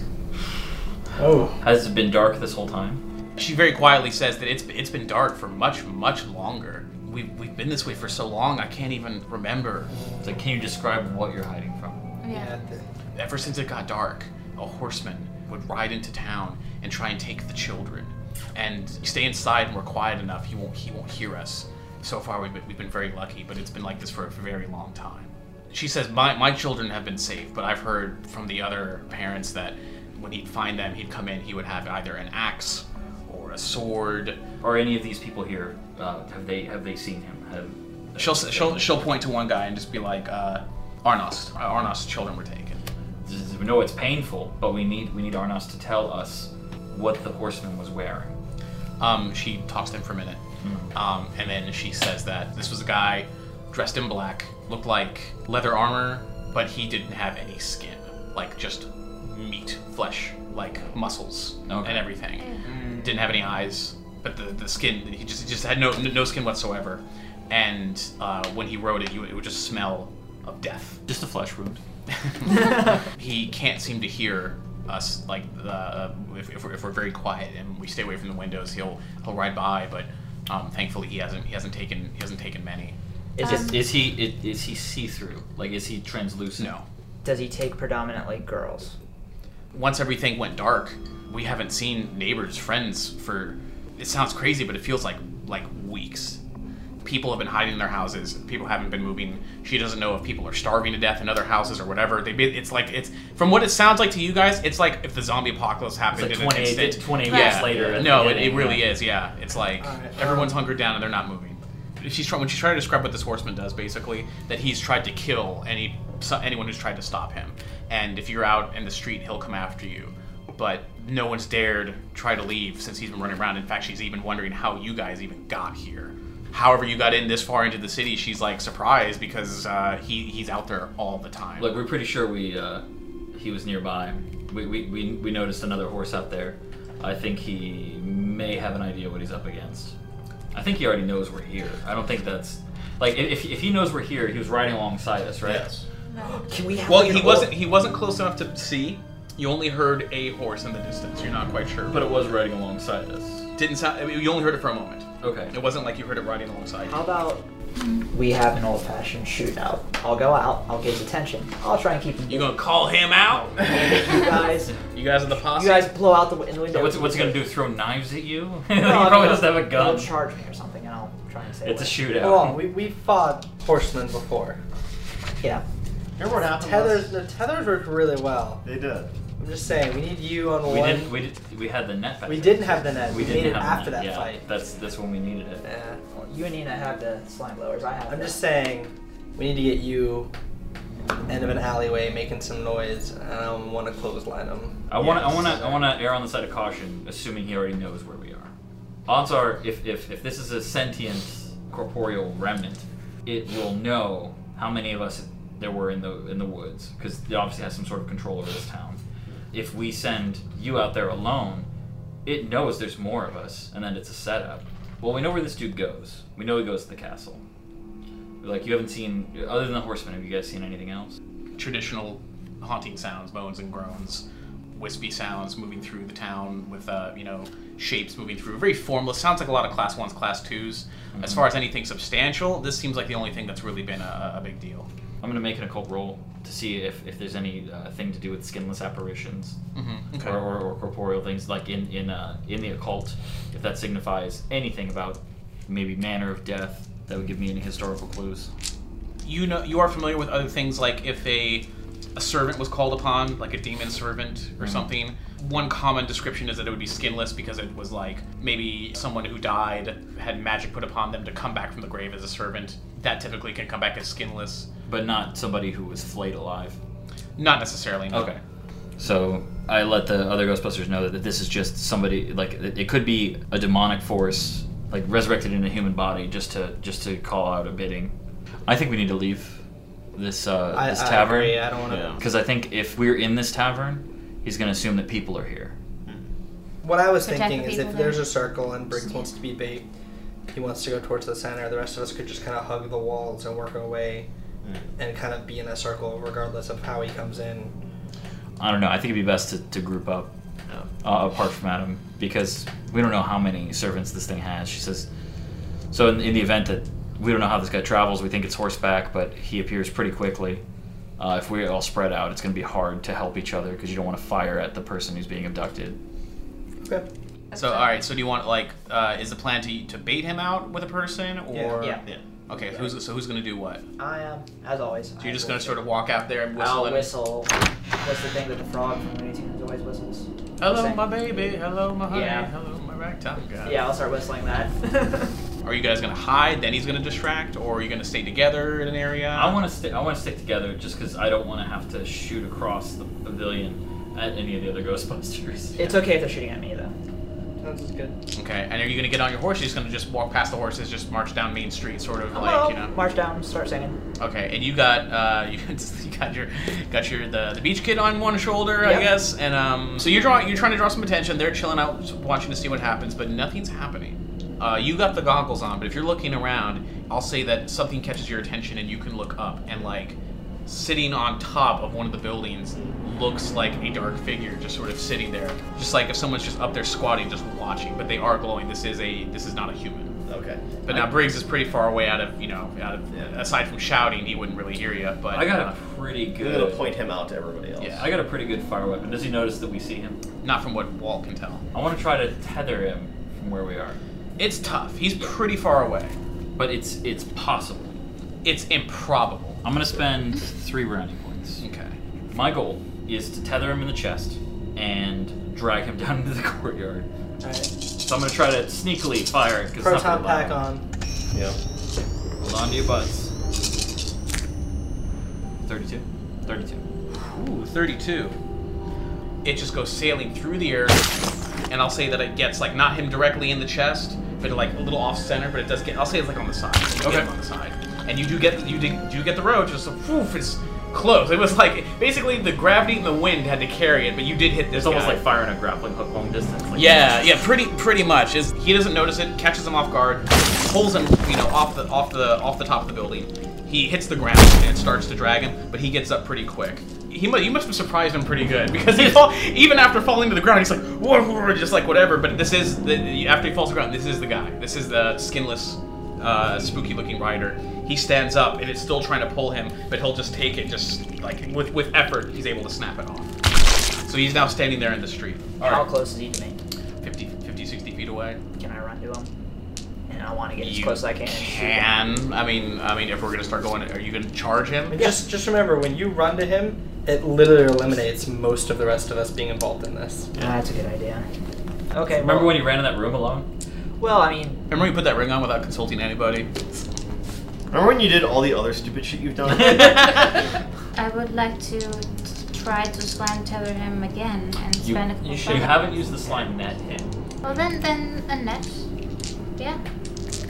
D: Oh.
E: Has it been dark this whole time?
B: She very quietly says that it's it's been dark for much much longer. We've we've been this way for so long. I can't even remember.
E: It's like, can you describe what you're hiding from?
F: Yeah.
D: Yeah. the-
B: Ever since it got dark, a horseman would ride into town and try and take the children. And you stay inside and we're quiet enough. He won't he won't hear us. So far we've been, we've been very lucky, but it's been like this for a very long time. She says my my children have been safe, but I've heard from the other parents that when he'd find them, he'd come in. He would have either an axe or a sword.
E: Or any of these people here? Uh, have they have they seen him? Have
B: She'll she'll she'll point to one guy and just be like, uh, "Arnos, uh, Arnos' children were taken."
E: This is- We know it's painful, but we need we need Arnos to tell us what the horseman was wearing.
B: Um, she talks to him for a minute, um, and then she says that this was a guy dressed in black, looked like leather armor, but he didn't have any skin, like just meat, flesh, like muscles
E: Okay.
B: and everything. Didn't have any eyes, but the, the skin he just he just had no no skin whatsoever. And uh, when he rode it, you, it would just smell of death.
E: Just a flesh wound.
B: he can't seem to hear us like uh, if, if, we're, if we're very quiet and we stay away from the windows he'll he'll ride by but um, thankfully he hasn't he hasn't taken he hasn't taken many
A: Is
E: Is,
A: it,
E: is he is, is he see through? Like is he translucent?
B: no
A: does he take predominantly girls?
B: once everything went dark we haven't seen neighbors friends for it sounds crazy but it feels like like weeks people have been hiding in their houses. People haven't been moving. She doesn't know if people are starving to death in other houses or whatever. They, be- it's like it's from what it sounds like to you guys. It's like if the zombie apocalypse
E: It's
B: happened
E: like
B: in an
E: 28,
B: instant.
E: it's 28
F: Yeah.
E: years later. at the
B: No, it, it
E: beginning,
B: really
E: yeah.
B: is. Yeah, it's like
D: Alright,
B: everyone's
D: um,
B: hunkered down and they're not moving. She's trying when she's trying to describe what this horseman does. Basically, that he's tried to kill any so- anyone who's tried to stop him, and if you're out in the street, he'll come after you. But no one's dared try to leave since he's been running around. In fact, she's even wondering how you guys even got here. However, you got in this far into the city, she's like surprised because uh, he he's out there all the time.
E: Look, we're pretty sure we uh, he was nearby. We, we, we, we noticed another horse out there. I think he may have an idea what he's up against. I think he already knows we're here. I don't think that's like i- if, if he knows we're here, he was riding alongside us, right?
C: Yes.
A: Can we have
B: Well,
A: like an
B: he
A: old-
B: wasn't. He wasn't close enough to see. You only heard a horse in the distance. You're not quite sure,
E: But it was riding alongside us.
B: didn't sound. I mean, you only heard it for a moment.
E: Okay.
B: It wasn't like you heard it riding alongside.
A: How about Hmm. we have an old-fashioned shootout? I'll go out. I'll get his attention. I'll try and keep him.
B: You gonna call him out?
A: you guys,
B: You guys are the posse.
A: you guys blow out the, win- the window.
E: So what's, what's he gonna do? Throw knives at you? he
A: No, I mean,
E: probably doesn't have a
A: he'll-
E: gun.
A: He'll charge me or something, and I'll try and say.
E: It's a shootout.
D: Hold on, we, we fought horsemen before.
A: Yeah.
C: Remember what happened?
D: Tethers,
C: last-
D: the tethers worked really well.
C: They did.
D: I'm just saying, we need you on
E: We
D: one.
E: didn't. We did. We had the net. back
D: we
E: there.
D: didn't have the net. We,
E: We didn't
D: made it
E: have
D: after
E: the net,
D: that
E: yeah.
D: fight.
E: That's that's when we needed it.
D: Yeah.
A: Well, you and Nina have the slime blowers. I have.
D: I'm
A: the-
D: just saying, we need to get you end of an alleyway making some noise. and I don't want to clothesline him.
E: I want to. I
C: Yes.
E: want to. I want to err on the side of caution, assuming he already knows where we are. Odds are, if if if this is a sentient corporeal remnant, it will know how many of us there were in the in the woods, because it obviously has some sort of control over this town. If we send you out there alone, it knows there's more of us, and then it's a setup. Well, we know where this dude goes. We know he goes to the castle. Like you haven't seen, other than the horseman, have you guys seen anything else?
B: Traditional haunting sounds, moans and groans, wispy sounds moving through the town with uh, you know shapes moving through. Very formless. Sounds like a lot of class ones, class 2s As far as anything substantial, this seems like the only thing that's really been a, a big deal.
E: I'm gonna make an occult roll to see if, if there's any uh, thing to do with skinless apparitions
B: Mm-hmm.
E: or, or, or corporeal things like in in uh, in the occult. If that signifies anything about maybe manner of death, that would give me any historical clues.
B: you know you are familiar with other things like if a a servant was called upon like a demon servant or something one common description is that it would be skinless because it was like maybe someone who died had magic put upon them to come back from the grave as a servant that typically can come back as skinless
E: But not somebody who was flayed alive.
B: not necessarily no.
E: Okay. So I let the other Ghostbusters know that this is just somebody like it it could be a demonic force like resurrected in a human body just to just to call out a bidding. I think we need to leave this uh,
D: I,
E: this
D: I
E: tavern.
D: agree, I don't want to.
C: Yeah.
E: Because I think if we're in this tavern, he's going to assume that people are here.
D: What I was
F: Protect
D: thinking
F: the
D: is if
F: people
D: there's
F: there.
D: a circle and Briggs wants to be bait, he wants to go towards the center. The rest of us could just kind of hug the walls and work our way,
C: Hmm.
D: and kind of be in a circle regardless of how he comes in.
E: I don't know. I think it'd be best to, to group up uh, apart from Adam because we don't know how many servants this thing has. She says, so in, in the event that we don't know how this guy travels, we think it's horseback, but he appears pretty quickly. Uh, if we're all spread out, it's going to be hard to help each other because you don't want to fire at the person who's being abducted.
D: Okay.
B: so all right so do you want like uh, is the plan to, to bait him out with a person or
A: Yeah.
C: Yeah.
B: okay who's so who's gonna do what
A: I am, as always.
B: so you're just gonna sort of walk out there and whistle
A: I'll
B: and
A: whistle. That's the thing that the frog from Looney Tunes always whistles.
B: hello
A: Same.
B: my baby hello my honey
A: Yeah.
B: hello my ragtime guy
A: Yeah, I'll start whistling that.
B: Are you guys gonna hide? Then he's gonna distract, or are you gonna stay together in an area?
E: I want to sti I want to stick together just because I don't want to have to shoot across the pavilion at any of the other Ghostbusters.
A: it's okay if they're shooting at me though.
D: Sounds as good.
B: Okay. And are you gonna get on your horse? You're just gonna just walk past the horses, just march down Main Street, sort of
A: Well,
B: like you know.
A: march down, start singing.
B: Okay. And you got uh, you, you got your got your the, the beach kid on one shoulder, I
A: Yep.
B: guess. And um, so you're drawing you're trying to draw some attention. They're chilling out, just watching to see what happens, but nothing's happening. Uh, you got the goggles on, but if you're looking around, I'll say that something catches your attention and you can look up and like sitting on top of one of the buildings looks like a dark figure just sort of sitting there just like if someone's just up there squatting just watching but they are glowing this is a this is not a human
C: Okay.
B: but now Briggs is pretty far away out of you know out of uh,
C: Yeah.
B: aside from shouting he wouldn't really hear you but
E: I got
B: uh,
E: a pretty
C: I'm
E: good.
C: gonna point him out to everybody else.
B: Yeah.
E: I got a pretty good fire weapon. Does he notice that we see him?
B: not from what Walt can tell
E: I want to try to tether him from where we are.
B: it's tough he's pretty far away
E: but it's it's possible.
B: It's improbable.
E: I'm gonna spend three rounding points.
B: Okay.
E: My goal is to tether him in the chest and drag him down into the courtyard.
D: Alright.
E: So I'm gonna try to sneakily fire because
D: Proton pack on.
C: Yeah.
E: Hold on to your butts. 32. 32.
B: Ooh, 32. It just goes sailing through the air, and I'll say that it gets like not him directly in the chest, but like a little off center. But it does get. I'll say it's like on the side. You get
E: Okay.
B: him on the side, and you do get you do, do get the road. Just poof, it's close. It was like basically the gravity and the wind had to carry it, but you did hit this.
E: It's almost
B: guy.
E: like firing a grappling hook long distance. Like
B: Yeah, yeah, pretty pretty much. Is he doesn't notice it, catches him off guard, pulls him, you know, off the off the off the top of the building. He hits the ground and starts to drag him, but he gets up pretty quick. He must, you must have surprised him pretty good because he fall, even after falling to the ground, he's like whoa, whoa, just like whatever. But this is the, the- after he falls to the ground, this is the guy. This is the skinless, uh, spooky-looking rider. He stands up and it's still trying to pull him, but he'll just take it, just like with with effort, he's able to snap it off. So he's now standing there in the street. All
A: How
B: right.
A: close is he to me?
B: 50, 50 60 feet away.
A: Can I run to him? And I want to get as
B: You
A: close as I can. and shoot him.
B: Can I mean I mean if we're gonna start going, are you gonna charge him?
D: Just just remember when you run to him, it literally eliminates most of the rest of us being involved in this.
A: That's a good idea. Okay.
E: Remember
A: well,
E: when you ran in that room alone?
A: Well, I mean,
B: Remember you put that ring on without consulting anybody?
C: Remember when you did all the other stupid shit you've done?
F: I would like to t- try to slime tether him again and
E: You,
F: spend a couple
E: you, should, you
F: of-
E: haven't used the slime net yet.
F: Well, then, then a net. Yeah.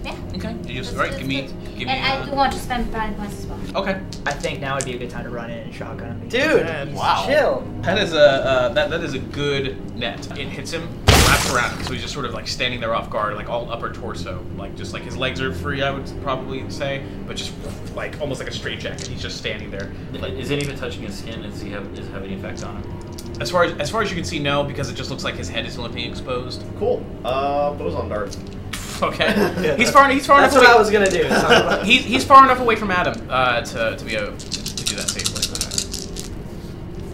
F: Yeah.
B: okay. You just
F: That's-
B: all right.
F: that's
B: Give me
F: good.
B: give me.
F: And I do
B: Uh,
F: want to spend panic points as well.
B: okay.
A: I think now would be a good time to run in and shotgun him.
D: Dude,
B: Wow.
D: chill.
B: That is a uh, that that is a good net. It hits him, wraps around him, so he's just sort of like standing there off guard, like all upper torso, like just like his legs are free, I would probably say, but just like almost like a straitjacket. He's just standing there. Like,
E: Is it even touching his skin? Does he have, does it have any effect on him?
B: as far as as far as you can see, no, because it just looks like his head is the only thing exposed.
C: cool. Uh, boson dart.
B: Okay. He's far. He's far
D: That's
B: enough
D: what
B: away.
D: I was gonna do. so-
B: He's, he's far enough away from Adam uh, to, to be able to do that safely.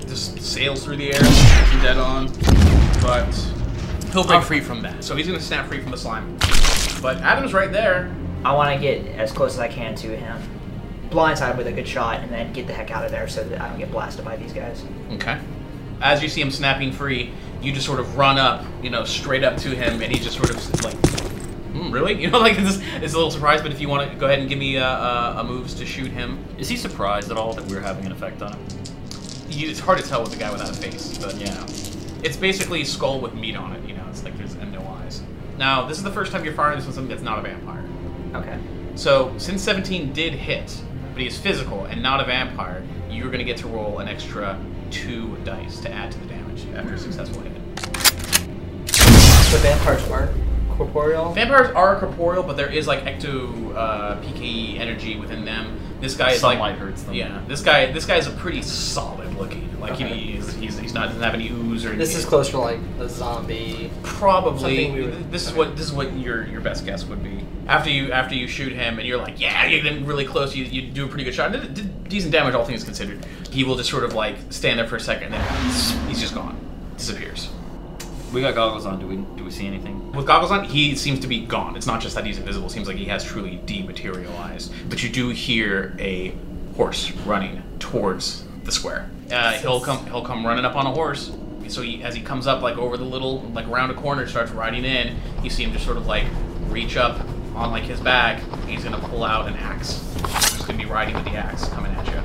B: Just sails through the air, dead on, but he'll break free from that. So he's gonna snap free from the slime. But Adam's right there.
A: I want to get as close as I can to him, blindside him with a good shot, and then get the heck out of there so that I don't get blasted by these guys.
B: Okay. As you see him snapping free, you just sort of run up, you know, straight up to him, and he just sort of like, "Hmm, really? You know, like this is a little surprised. But if you want to go ahead and give me uh, uh, a moves to shoot him,
E: Is he surprised at all that we're having an effect on him?
B: you, it's hard to tell with a guy without a face, but you know. It's basically skull with meat on it, you know, it's like there's and no eyes. Now, this is the first time you're firing this on something that's not a vampire.
A: Okay.
B: So, since 17 did hit, but he is physical and not a vampire, you're gonna get to roll an extra two dice to add to the damage after a successful hit.
D: the vampires aren't corporeal.
B: Vampires are corporeal, but there is like ecto uh, PKE energy within them. This guy is like
E: Sunlight hurts them.
B: Yeah, this guy this guy is a pretty solid looking. Like
D: Okay.
B: he, he's, he's he's not doesn't have any ooze or
D: This is
B: anything.
D: closer to like a zombie.
B: Probably.
D: Something we would-
B: this is
D: okay.
B: what this is what your your best guess would be. After you after you shoot him and you're like, yeah, you're getting really close. You, you do a pretty good shot. Did- did Decent damage, all things considered. He will just sort of like stand there for a second, and then he's just gone, disappears.
E: We got goggles on. Do we do we see anything?
B: With goggles on, he seems to be gone. It's not just that he's invisible. It seems like he has truly dematerialized. But you do hear a horse running towards the square. Uh, he'll come. He'll come running up on a horse. So he, as he comes up, like over the little, like round a corner, starts riding in. You see him just sort of like reach up on like his back. He's gonna pull out an axe. He's gonna be riding with the axe coming at you.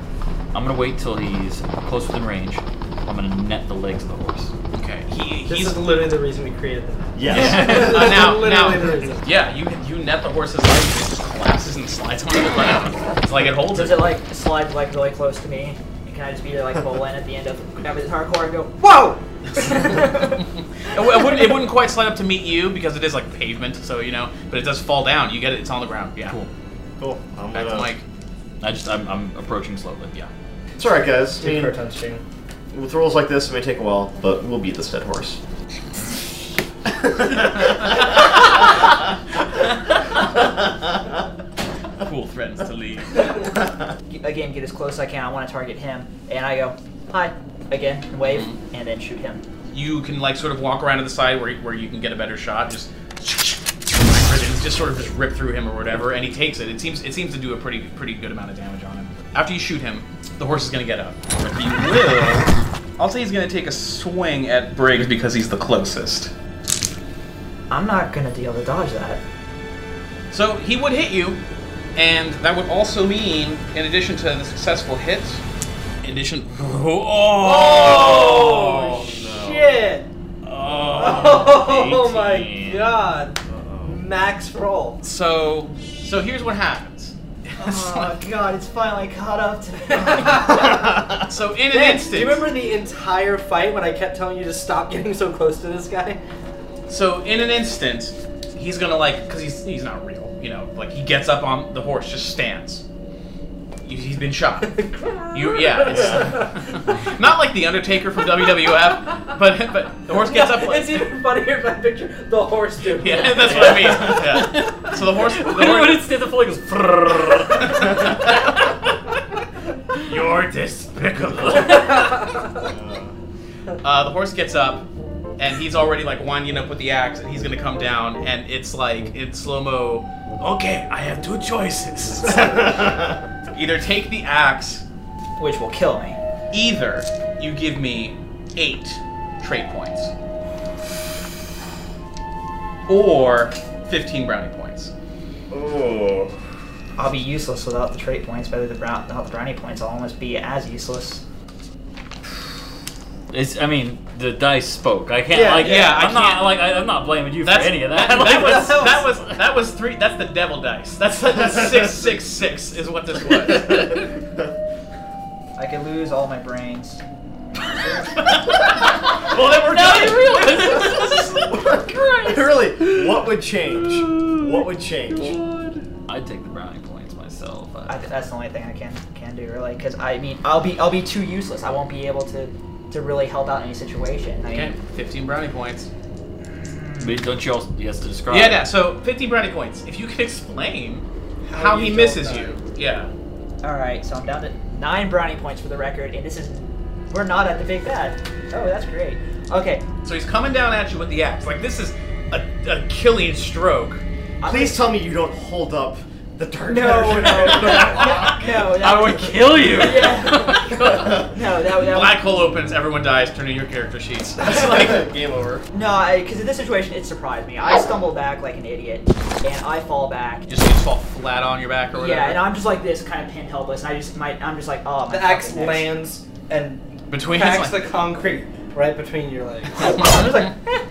E: I'm gonna wait till he's close within range. I'm gonna net the legs of the horse.
B: Okay. He,
D: This
B: he's
D: is literally the reason we created this.
C: Yes.
B: Uh, now,
D: Literally
B: now,
D: the reason.
B: yeah, you you net the horse's legs, and it just collapses and slides onto the ground. It's like it holds
A: Does
B: it.
A: it like slide like really close to me? And can I just be like bowling at the end of grab his hardcore and go, whoa!
B: It w- it wouldn't it wouldn't quite slide up to meet you because it is like pavement, so you know. But it does fall down. You get it. It's on the ground. Yeah.
E: Cool.
C: cool. I'm
B: Back to
C: gonna-
B: Mike.
E: I just I'm, I'm approaching slowly. Yeah.
C: It's alright, guys. I
D: Two
C: mean,
D: proton stream.
C: with rolls like this, it may take a while, but we'll beat this dead horse.
B: Cool threatens to leave. Oh.
A: G- Again, get as close as I can. I want to target him, and I go, hi, again, and wave,
B: Mhm.
A: and then shoot him.
B: You can like sort of walk around to the side where, where you can get a better shot. Just just sort of just rip through him or whatever, and he takes it. It seems it seems to do a pretty pretty good amount of damage on him. After you shoot him, the horse is gonna get up. If he will, I'll say he's gonna take a swing at Briggs because he's the closest.
A: I'm not gonna be able to dodge that.
B: So he would hit you, and that would also mean, in addition to the successful hit, in addition. Oh!
D: Shit! Oh my god! Max roll.
B: So, so here's what happens. It's
A: Oh god, it's finally caught up to
B: like- so in an
D: Man,
B: instant.
D: do you remember the entire fight when I kept telling you to stop getting so close to this guy?
B: So in an instant, he's gonna like, cause he's he's not real, you know. Like he gets up on the horse, just stands. He- He's been shot. You, yeah, uh, it's not like the Undertaker from WWF, but but the horse gets up. Like,
D: it's even funnier if I picture the horse dude.
B: yeah, that's what I mean. Yeah. So the horse. The
E: when it
B: horse
E: stands up, it goes.
B: You're despicable. Uh, the horse gets up, and he's already like winding up with the axe, and he's gonna come down, and it's like in slow mo. Okay, I have two choices. either take the axe,
A: Which will kill me.
B: either you give me eight trait points, or fifteen brownie points.
C: Oh.
A: I'll be useless without the trait points, but with the brown, without the brownie points, I'll almost be as useless.
E: It's, I mean, the dice spoke. I can't.
D: Yeah,
E: like,
B: yeah, I
E: I'm not
B: can't-
E: like I, I'm not blaming you
B: That's
E: for any of that. Like,
B: That was,
E: that's-
B: that was that was three. That's the devil dice. That's that's six six six is what this was.
A: I could lose all my brains.
B: well, then we're
E: Now
B: done.
E: you realize.
C: really? What would change? What would change?
E: I'd take the brownie points myself.
A: I, that's the only thing I can can do really, because I mean, I'll be I'll be too useless. I won't be able to to really help out in any situation. I mean,
B: Okay, 15 brownie points.
E: But don't you also? He has to describe.
B: Yeah,
E: it.
B: yeah, so 15 brownie points. If you can explain how,
D: you
B: he
D: don't
B: misses
D: die.
B: you. Yeah.
A: All right, so I'm down to nine brownie points for the record, and this is we're not at the big bad. Oh, that's great. Okay,
B: So he's coming down at you with the axe. Like, this is a, a killing stroke.
A: I'm
C: Please tell me you don't hold up the dark.
A: No, no, no, no, no. That
E: I would kill you.
A: Yeah. no, that, that
B: Black hole opens, everyone dies, turn in your character sheets. That's like,
C: game over.
A: no, because in this situation, it surprised me. I stumble back like an idiot, and I fall back.
B: just, you just fall flat on your back or whatever.
A: Yeah, and I'm just like this, kind of pinned helpless, and I just might, I'm just like, oh, my
D: The axe
A: fucking
D: lands and
B: Between his
D: cracks the
B: like-
D: concrete right between your legs.
A: I'm just like, eh.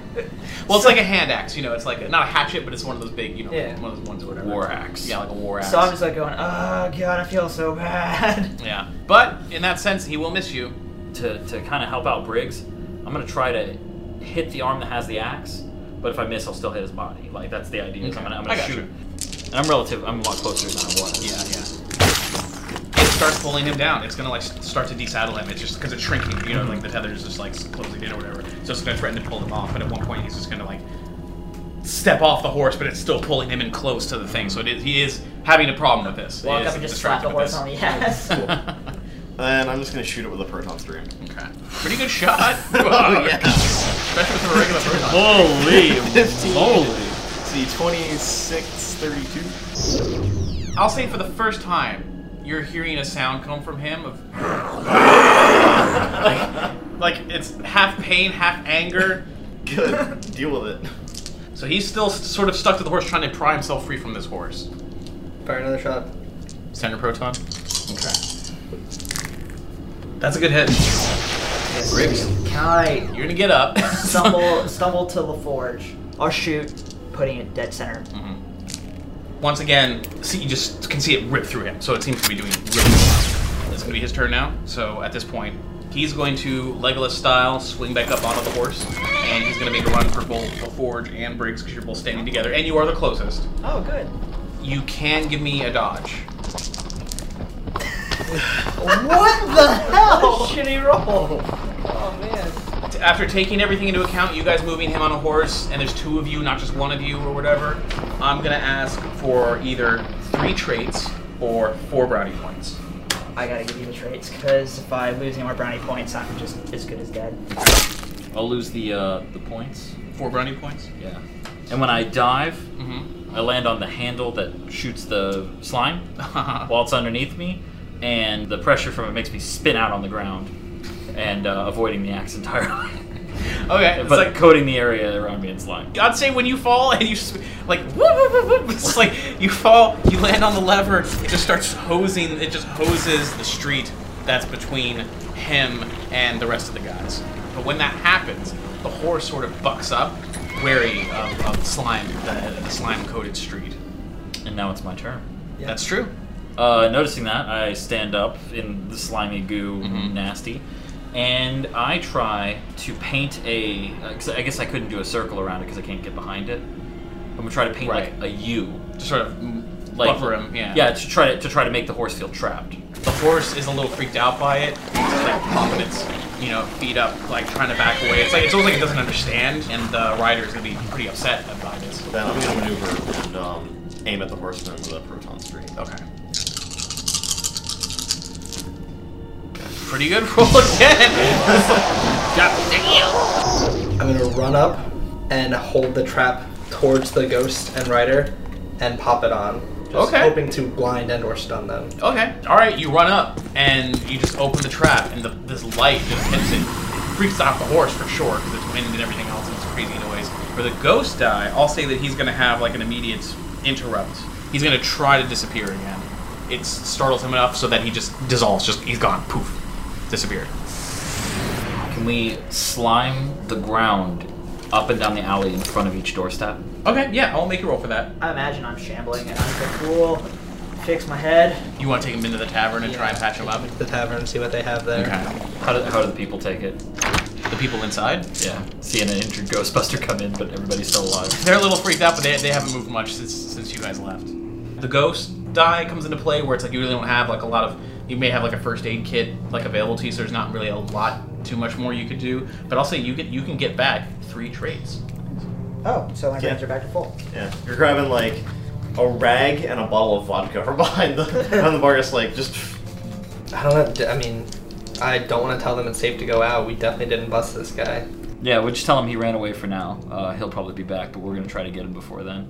B: Well, it's like a hand axe, you know. It's like not a hatchet, but it's one of those big, you know,
D: Yeah.
B: one of those ones or whatever.
E: War axe.
B: Yeah, like a war axe.
A: so I'm just like going, oh god, I feel so bad.
B: yeah. But in that sense, he will miss you.
E: to, to kind of help out Briggs, I'm gonna try to hit the arm that has the axe. But if I miss, I'll still hit his body. Like that's the idea. is I'm
B: Okay.
E: gonna, I'm
B: I got
E: gonna shoot.
B: you.
E: And I'm relative. I'm a lot closer than I was.
B: Yeah, yeah. It starts pulling him down. It's gonna like s- start to desaddle him. It's just because it's shrinking, you know, like the tether's just like s- closing in or whatever. So it's gonna threaten to pull him off. But at one point, he's just gonna like step off the horse, but it's still pulling him in close to the thing. So it is, he is having a problem with this. It
A: Walk
B: is
A: up and just slap the
B: distracted with
A: horse on the ass.
B: this.
C: And I'm just gonna shoot it with a proton stream.
B: okay. Pretty good shot.
C: Oh, yeah.
B: Especially with a regular person.
E: Holy
C: 15.
E: moly!
C: See, 26, 32.
B: I'll say for the first time, you're hearing a sound come from him of like, like it's half pain, half anger.
C: Good. Deal with it.
B: So he's still s- sort of stuck to the horse, trying to pry himself free from this horse.
D: Fire another shot.
B: Center proton. Okay. That's a good hit.
A: Can I
B: You're gonna get up.
A: stumble, stumble to the forge, or shoot, putting it dead center?
B: Mm-hmm. Once again, see you just can see it rip through him. So it seems to be doing really well. It's gonna be his turn now. So at this point, he's going to Legolas style swing back up onto the horse, and he's gonna make a run for both the forge and Briggs because you're both standing together, and you are the closest.
A: Oh, good.
B: You can give me a dodge.
A: What the hell?
D: Shitty roll. Oh man.
B: T- After taking everything into account, you guys moving him on a horse, and there's two of you, not just one of you or whatever. I'm gonna ask for either three traits or four brownie points.
A: I gotta give you the traits, because if I lose any more brownie points, I'm just as good as dead.
E: I'll lose the uh, the points.
B: Four brownie points.
E: Yeah. And when I dive,
B: Mm-hmm.
E: I land on the handle that shoots the slime while it's underneath me, and the pressure from it makes me spin out on the ground and uh, avoiding the axe entirely.
B: Okay,
E: but
B: it's like
E: coating the area around me in slime.
B: I'd say when you fall and you sp- like whoop, whoop, whoop, whoop, it's like you fall, you land on the lever, it just starts hosing. It just hoses the street that's between him and the rest of the guys. But when that happens, the horse sort of bucks up, wary of, of slime, the, the slime-coated street.
E: And now it's my turn.
B: That's true.
E: Uh, noticing that, I stand up in the slimy goo,
B: Mhm.
E: nasty, and I try to paint a. uh, 'cause I guess I couldn't do a circle around it because I can't get behind it. I'm gonna try to paint
B: Right.
E: like a U,
B: Just sort of
E: like
B: buffer him. Yeah.
E: yeah, to try to, to try to make the horse feel trapped.
B: The horse is a little freaked out by it. It's just like popping its, you know, feet up, like trying to back away. It's like it's almost like it doesn't understand, and the rider is gonna be pretty upset about this.
C: Then I'm gonna maneuver and um, aim at the horseman with a proton stream.
B: Okay. Pretty good roll again.
D: I'm gonna run up and hold the trap towards the ghost and rider and pop it on. Just
B: Okay.
D: hoping to blind and or stun them.
B: okay. All right. You run up and you just open the trap, and the, this light just hits it. It freaks out the horse for sure because it's wind and everything else and it's crazy noise. For the ghost die, I'll say that he's gonna have like an immediate interrupt. He's gonna try to disappear again. It startles him enough so that he just dissolves. Just he's gone. Poof, disappeared.
E: Can we slime the ground up and down the alley in front of each doorstep?
B: Okay. Yeah. I'll make a roll for that.
A: I imagine I'm shambling and I'm like, cool. Fix my head.
B: You want to take him into the tavern and try and patch him up?
D: The tavern, see what they have there.
B: Okay.
E: How do, how do the people take it?
B: The people inside.
E: Yeah, seeing an injured Ghostbuster come in, but everybody's still alive.
B: They're a little freaked out, but they, they haven't moved much since since you guys left. The ghost die comes into play where it's like you really don't have like a lot of you may have like a first aid kit like available to you, so there's not really a lot too much more you could do. But I'll say you get you can get back three trades.
A: Oh, so my grabs
C: grabs are
A: are back to full.
C: Yeah. You're grabbing like a rag and a bottle of vodka from behind the behind the bar. Just like just
D: I don't know. d- I mean, I don't want to tell them it's safe to go out. We definitely didn't bust this guy.
E: Yeah, we'll just tell him he ran away for now. Uh, he'll probably be back, but we're gonna try to get him before then.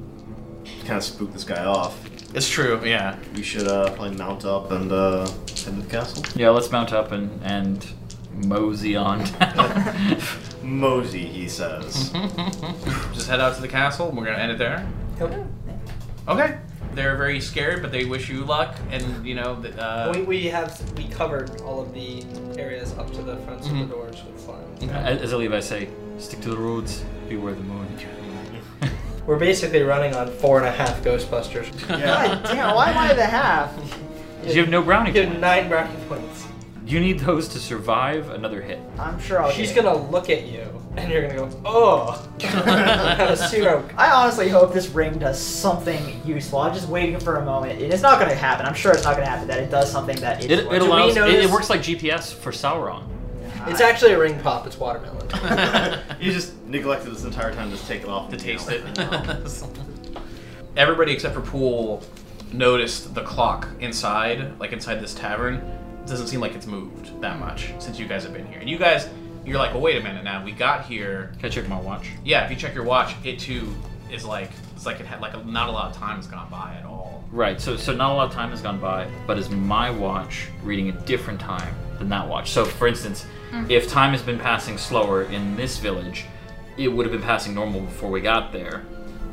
C: kind of spook this guy off.
B: It's true, yeah.
C: We should uh, probably mount up and uh, head to the castle.
E: Yeah, let's mount up and and mosey on down.
C: Mosey, he says.
B: Just head out to the castle. We're gonna end it there. Okay. They're very scared, but they wish you luck, and you know. th- Uh,
D: we, we have we covered all of the areas up to the fronts of
B: Mhm.
D: the doors with slime.
E: As as I leave, I say, stick to the roads, beware the moon.
D: We're basically running on four and a half Ghostbusters.
A: God damn, why am I the half?
E: You have no brownie
D: You have
E: points.
D: nine brownie points.
E: You need those to survive another hit.
A: I'm sure I'll
D: She's
A: get it.
D: gonna look at you, and you're gonna go, oh, I have a zero.
A: I honestly hope this ring does something useful. I'm just waiting for a moment. It's not going to happen. I'm sure it's not going to happen. That it does something that
E: It, it
A: Do we
E: allows. It, it
A: notice-
E: works like GPS for Sauron.
D: It's actually a ring pop. It's watermelon.
C: you just neglected this entire time. Just take it off.
B: to
C: and
B: taste
C: nail
B: it.
C: No.
B: Everybody except for Pool noticed the clock inside, like inside this tavern. It doesn't seem like it's moved that much since you guys have been here. And you guys, you're like, well, wait a minute now. We got here.
E: Can I check my watch?
B: Yeah, if you check your watch, it too is like it's like it had like a, not a lot of time has gone by at all.
E: Right. So so not a lot of time has gone by, but is my watch reading a different time than that watch? So for instance, if time has been passing slower in this village, it would have been passing normal before we got there.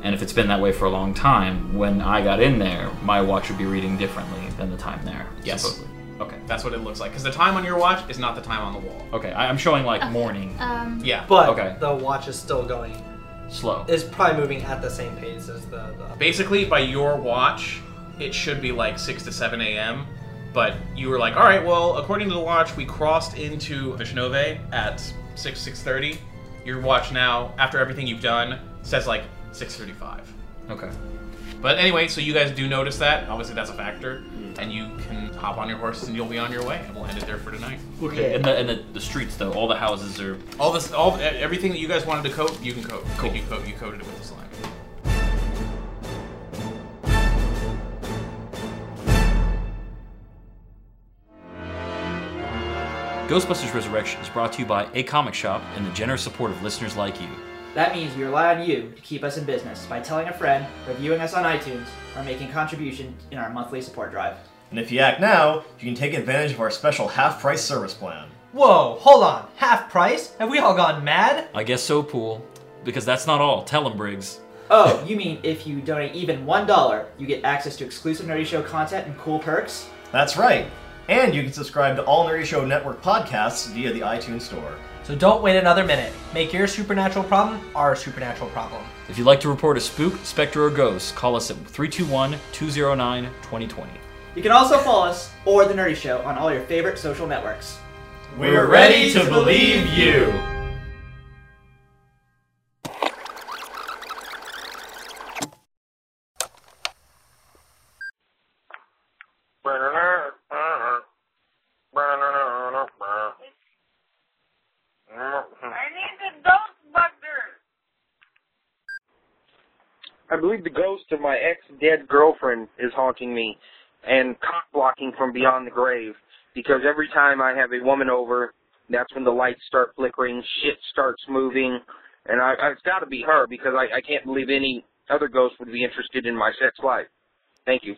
E: And if it's been that way for a long time, when I got in there, my watch would be reading differently than the time there.
B: Yes.
E: supposedly. Okay.
B: That's what it looks like because the time on your watch is not the time on the wall.
E: Okay. I, I'm showing like morning,
F: Um,
B: Yeah,
D: But
E: Okay.
D: the watch is still going.
E: slow.
D: It's probably moving at the same pace as the. the
B: basically by your watch it should be like 6 to 7 a.m but you were like all right well according to the watch we crossed into vishnove at 6 6.30 your watch now after everything you've done says like 6.35
E: Okay.
B: but anyway so you guys do notice that obviously that's a factor and you can hop on your horses and you'll be on your way and we'll end it there for tonight
E: Okay.
A: Yeah.
E: And the and the, the streets though, all the houses are
B: all this all e-, everything that you guys wanted to coat you can coat
E: Cool.
B: you, coat, you coated it with the slime
E: Ghostbusters Resurrection is brought to you by a comic shop and the generous support of listeners like you.
A: That means we rely on you to keep us in business by telling a friend, reviewing us on iTunes, or making contribution in our monthly support drive.
C: And if you act now, you can take advantage of our special half-price service plan.
D: Whoa, hold on. Half price? Have we all gone mad?
E: I guess so, Pool. Because that's not all. Tell him, Briggs.
A: Oh, you mean if you donate even one dollar, you get access to exclusive Nerdy Show content and cool perks?
C: That's right. And you can subscribe to all Nerdy Show Network podcasts via the iTunes Store.
D: So don't wait another minute. Make your supernatural problem our supernatural problem.
E: If you'd like to report a spook, specter, or ghost, call us at 321 209 2020.
A: You can also follow us or The Nerdy Show on all your favorite social networks.
C: We're
A: ready to believe
E: you!
G: I need the Ghostbusters! I believe the ghost of my ex-dead girlfriend is haunting me and cock-blocking from beyond the grave because every time I have a woman over, that's when the lights start flickering, shit starts moving, and I, I, it's got to be her because I, I can't believe any other ghost would be interested in my sex life. Thank you.